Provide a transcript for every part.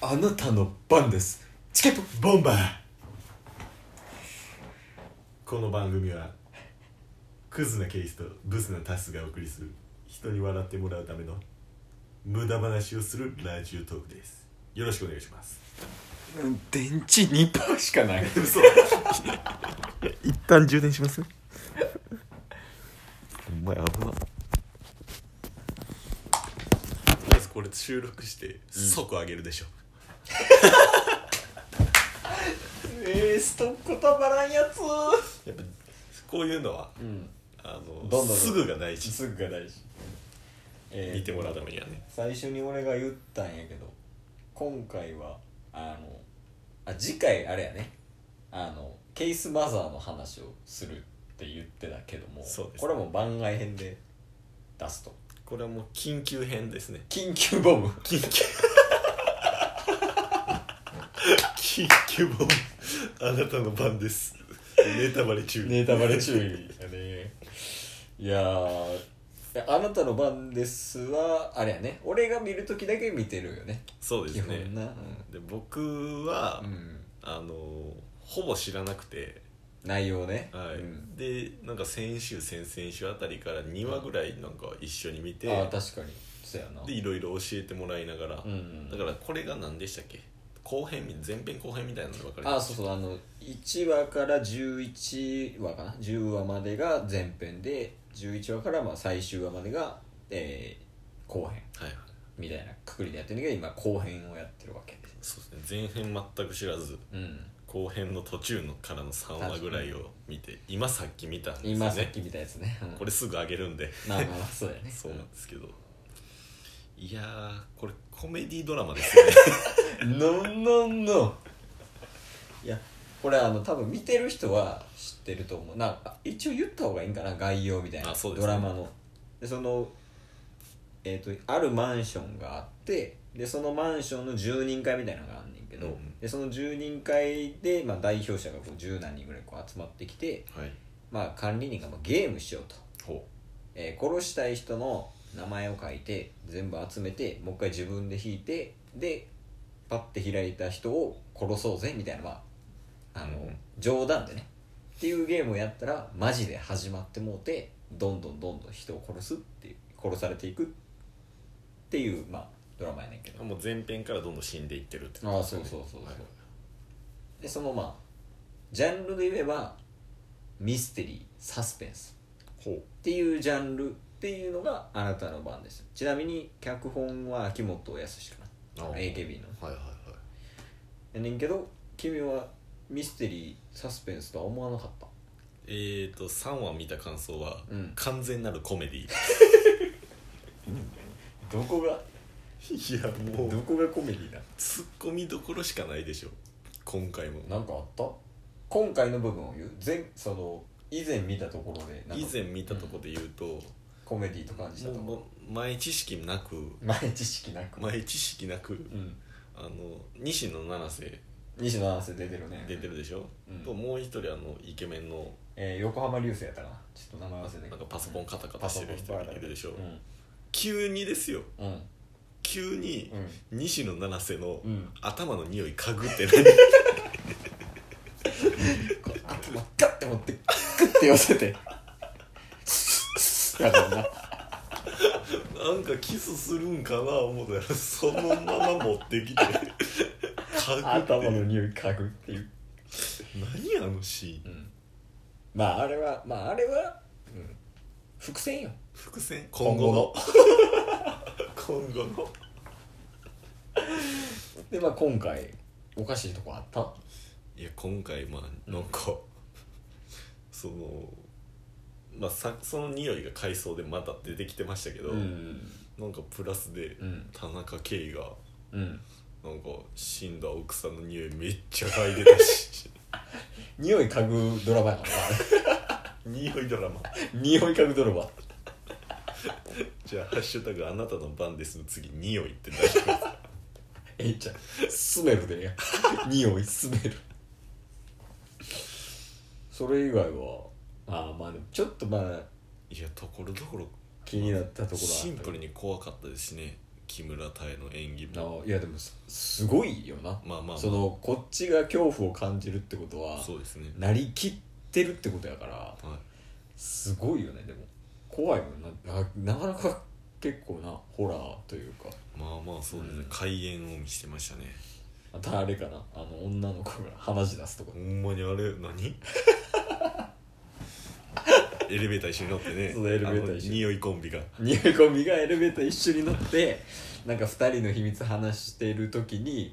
あなたの番ですチケットボンバーこの番組はクズなケイスとブスなタスがお送りする人に笑ってもらうための無駄話をするラジオトークですよろしくお願いします電池2%しかない 嘘一旦充電しますお前危なまずこれ収録して即上げるでしょ、えー、ストックたまらんやつやっぱこういうのはうんあのどんどんすぐが大事すぐが大事えー見てもらうためにはね最初に俺が言ったんやけど今回はあのあ次回あれやねあのケースマザーの話をするって言ってたけども、そうですねこれはもう番外編で出すとこれはもう緊急編ですね緊急 ボム緊急緊急ボムあなたの番ですネタバレ中ネタバレ注意やねいやーあなたの番ですはあれやね俺が見る時だけ見てるよねそうです基ね本なで僕は、うん、うんあのほぼ知らなくて、内容ねはいうんでなんか先週先々週あたりから2話ぐらいなんか一緒に見て、ああ確かにそうやなでいろいろ教えてもらいながら、うんうんだからこれが何でしたっけ後編み前編後編みたいなの分かりあまそうすそうあの1話から11話かな10話までが前編で11話からまあ最終話までが、えー後編はいはいみたいなくくりでやってるけど今後編をやってるわけでそうですね前編全く知らずうん後編の途中のからの3話ぐらいを見て今さっき見たんですよね今さっき見たやつね、うんこれすぐ上げるんでまあまあまあそうや ねそうなんですけどいやーこれコメディドラマですよ ねノンノンノンいやこれあの多分見てる人は知ってると思うなんか一応言った方がいいんかな概要みたいな、あそうですドねラマのでそのえっ、とあるマンションがあってでそのマンションの住人会みたいなのがあんねんけど、うんうんでその住人会で、まあ、代表者がこう十何人ぐらいこう集まってきて、はいまあ、管理人がもうゲームしようと、ほえー殺したい人の名前を書いて全部集めてもう一回自分で引いてでパッて開いた人を殺そうぜみたいなまああの、うん冗談でねっていうゲームをやったらマジで始まってもうてどんどんどんどん人を殺すっていう殺されていくっていうまあドラマやねんけどうもう前編からどんどん死んでいってるってああそうそうそうそう、はいでそのまあジャンルで言えばミステリーサスペンスほうっていうジャンルっていうのがあなたの番ですちなみに脚本は秋元康かなああ AKB のはいはいはいやねんけど君はミステリーサスペンスとは思わなかったえーと3話見た感想は、うん完全なるコメデ ィどこがいやもどこがコメディだツッコミどころしかないでしょ今回もなんかあった今回の部分を言う前その以前見たところでなん以か前見たとこで言うと、コメディと感じたところもう前知識なく前知識なく、前知識なくうん、あの西野七瀬西野七瀬出てるね出てるでしょ、うんともう一人あのイケメンのえー横浜流星やったかなちょっと名前忘れたけなどんかパソコンカタカタしてる人パがソコンいるでしょ、うん急にですようん急にうん西野七瀬のうん頭の匂い嗅ぐ って頭ガッて持ってグッて寄せてだからな何なんかキスするんかな思ったらそのまま持ってきて嗅ぐっ頭ていのう匂い嗅ぐっていう、何あのシーンまああれはまああれは、うん、伏線よ伏線今今後後のの 今後のでまあ今回おかしいとこあったいや今回まあなんか、 そのまあさその匂いが海藻でまた出てきてましたけど、んなんかプラスでうん田中圭がうんなんか死んだ奥さんの匂いめっちゃ嗅いでた し匂い嗅ぐドラマやからな匂いドラマ 匂い嗅ぐドラマじゃあ「ハッシュタグあなたの番です」の次「匂い」って大丈夫ですえいちゃんスメルで ね匂いスメルそれ以外はああまあでもちょっとまあ いやところどころ気になったところはあったけどシンプルに怖かったですしね木村多江の演技ものいやでもすすごいよな、まあまあまあそのこっちが恐怖を感じるってことはそうですねなりきってるってことやからはいすごいよねでも怖いもんなななかなか結構なホラーというかまあまあそうですね、うん開演を見してましたねまたあれかなあの女の子が話し出すとこほんまにあれ 何エレベーター一緒に乗ってねそうエレベーター一緒あの匂いコンビが匂い込みがエレベーター一緒に乗ってなんか2人の秘密話してる時に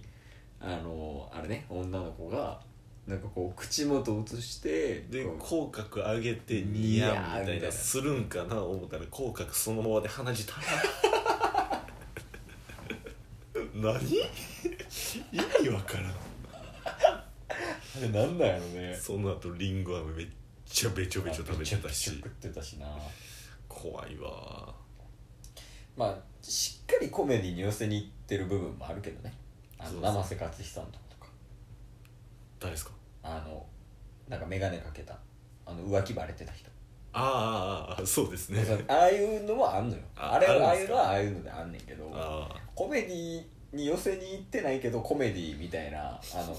あのあれね女の子がなんかこう口元を映してでこう口角上げてニニヤヤーみたみいたいななするんかな思ったら口角そのままで鼻血た 何意味わからんあれなんだよねその後リンゴ飴めっちゃべちょべちょ食べてためちゃくちゃし食ってたしな怖いわまあしっかりコメディに寄せにいってる部分もあるけどねあそのうそう生瀬勝久のとことか誰ですかあのなんか眼鏡かけたあの浮気バレてた人あーあーあーそうですねああいうのはあんのよああれはあああるんいでうすかのはああいうのであんねんけどあコメディに寄せに行ってないけどコメディみたいなあの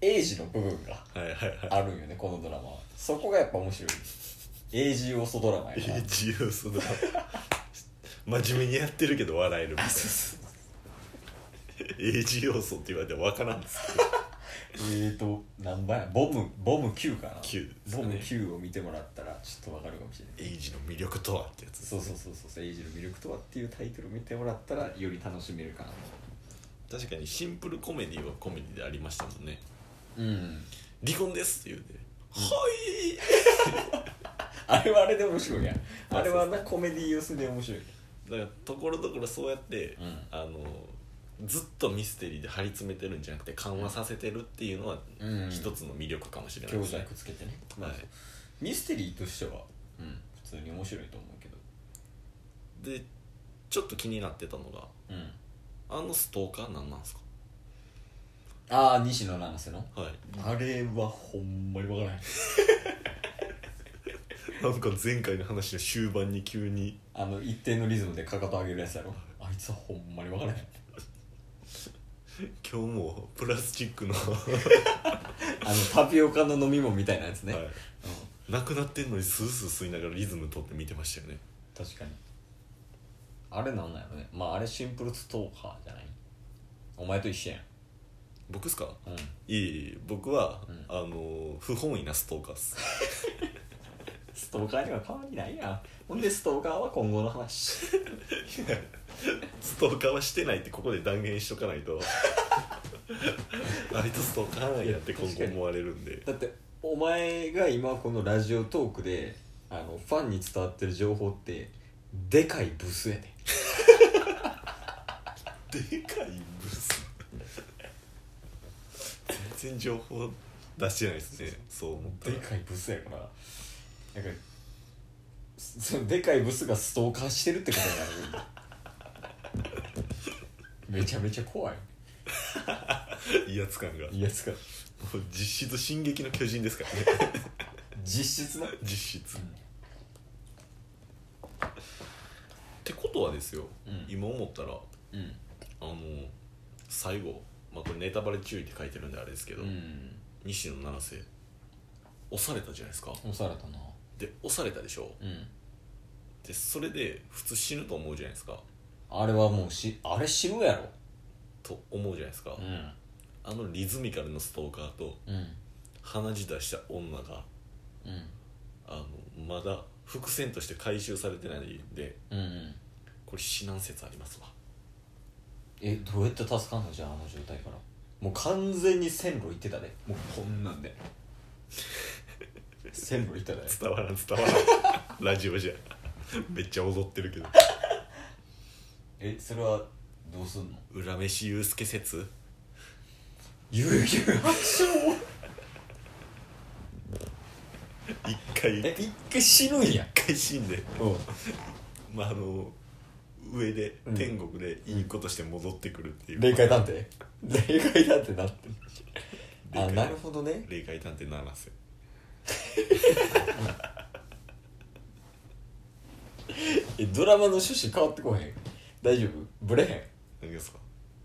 エイジの部分があはいはいはいあるんよねこのドラマはそこがやっぱ面白いエイジ要素ドラマやな自由そうだ真面目にやってるけど笑えるみたいな 英字要素って言われて分からんですけどえーと何番やボムボム9かな9ですかボねム9を見てもらったらちょっとわかるかもしれない英字の魅力とはってやつそうそうそうそう「エイジの魅力とは」っていうタイトル見てもらったらより楽しめるかな確かにシンプルコメディはコメディでありましたもんねうん離婚ですって言うて、あれはあれで面白いやんあれはなコメディー要素で面白いはいだからところどころそうやって、うんあのずっとミステリーで張り詰めてるんじゃなくて緩和させてるっていうのはうん一つの魅力かもしれない強ですね、弱つけてね、はいミステリーとしては、うん、普通に面白いと思うけどでちょっと気になってたのがうんあのストーカーなんなんですかああ西野七瀬のはいあれはほんまにわからないなんか前回の話の終盤に急にあの一定のリズムでかかと上げるやつやろあいつはほんまにわからない今日もプラスチックの、あのタピオカの飲み物みたいなやつね、はうん、い、なくなってんのにスースー吸いながらリズム取って見てましたよね確かにあれなんなんやろねまああれシンプルストーカーじゃないお前と一緒やん僕っすかうんいえいえ僕は、うんあの不本意なストーカーっすストーカーには変わりないやんほんでストーカーは今後の話ストーカーはしてないってここで断言しとかないとあいつストーカーなんやって今後思われるんで だってお前が今このラジオトークであのファンに伝わってる情報ってでかいブスやででかいブス全然情報出してないですねそう思ったでらかいブスやからなんかそのでかいブスがストーカーしてるってことになるめちゃめちゃ怖い威圧感がもいやつがう実質「進撃の巨人」ですからね実質な実質ってことはですよ、うん今思ったらうんあの最後、まあ、これネタバレ注意って書いてるんであれですけど、うん西野七瀬押されたじゃないですか押されたなで押されたでしょうんでそれで普通死ぬと思うじゃないですかあれはもうしあれ死ぬやろと思うじゃないですか、んあのリズミカルのストーカーとうん鼻血出した女がうんあのまだ伏線として回収されてないんでうんうんこれ死難説ありますわえどうやって助かんのじゃああの状態からもう完全に線路行ってたでもうこんなんで線路行ったで伝わらん伝わら んラジオじゃめっちゃ踊ってるけどえそれはどうすんの裏飯ゆうすけ説悠々白書一回 え一回死ぬんや一回死んでうんまああの上でうん天国でいいことして戻ってくるっていう、霊界探偵霊界探偵なって霊あ界なるほどね霊界探偵七瀬えドラマの趣旨変わってこへん大丈夫ブレへん何がですか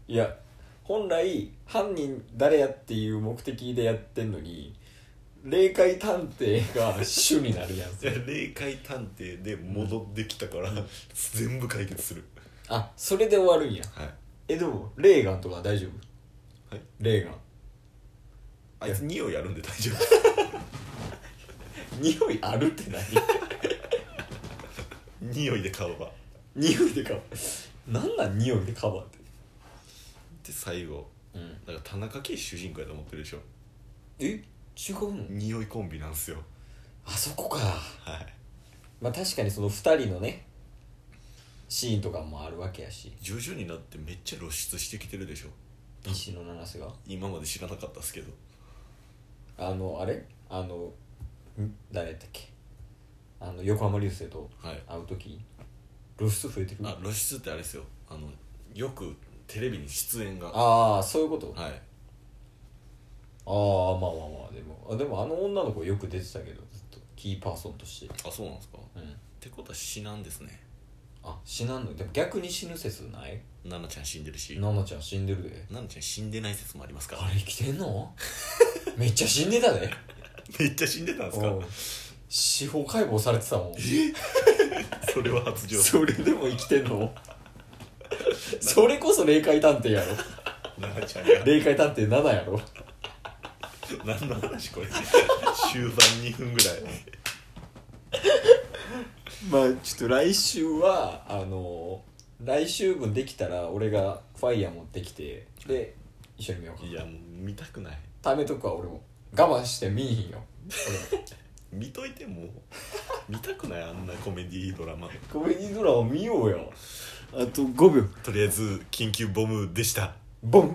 いや本来犯人誰やっていう目的でやってんのに霊界探偵が主になる やんいや霊界探偵で戻ってきたから、全部解決するあそれで終わるんやはいえでもレーガンとか大丈夫はいレーガンあいつ匂いやるんで大丈夫です 匂いあるって何 匂いで顔が匂いでかなんなん匂いでカバーってで最後うんだから田中圭主人公やと思ってるでしょえ違うの匂いコンビなんすよあそこかはいまあ確かにその2人のねシーンとかもあるわけやし徐々になってめっちゃ露出してきてるでしょ西野七瀬が今まで知らなかったっすけどあのあれあのん誰だったっけあの横浜流星とはい会う時露出増えてるあ露出ってあれですよあのよくテレビに出演がはああそういうこと、いああまあまあまあでもあでもあの女の子よく出てたけどずっとキーパーソンとしてあそうなんですかっうんてことは死なんですねあ死なんのでも逆に死ぬ説ない奈々ちゃん死んでるし奈奈々ちゃん死んでるで々ちゃん死んでない説もありますからあれ生きてん のめっちゃ死んでたでめっちゃ死んでたんですかうん司法解剖されてたもんそれは発情それでも生きてんの それこそ霊界探偵やろ奈々ちゃんが霊界探偵7やろ何の話これ終盤2分ぐらいまあちょっと来週はあの来週分できたら俺がファイヤー持ってきてで一緒に見ようかいやもう見たくないためとくわ俺も我慢して見いひんよ俺も見といてもう見たくないあんなコメディドラマコメディドラマ見ようよあと5秒とりあえず緊急ボムでしたボン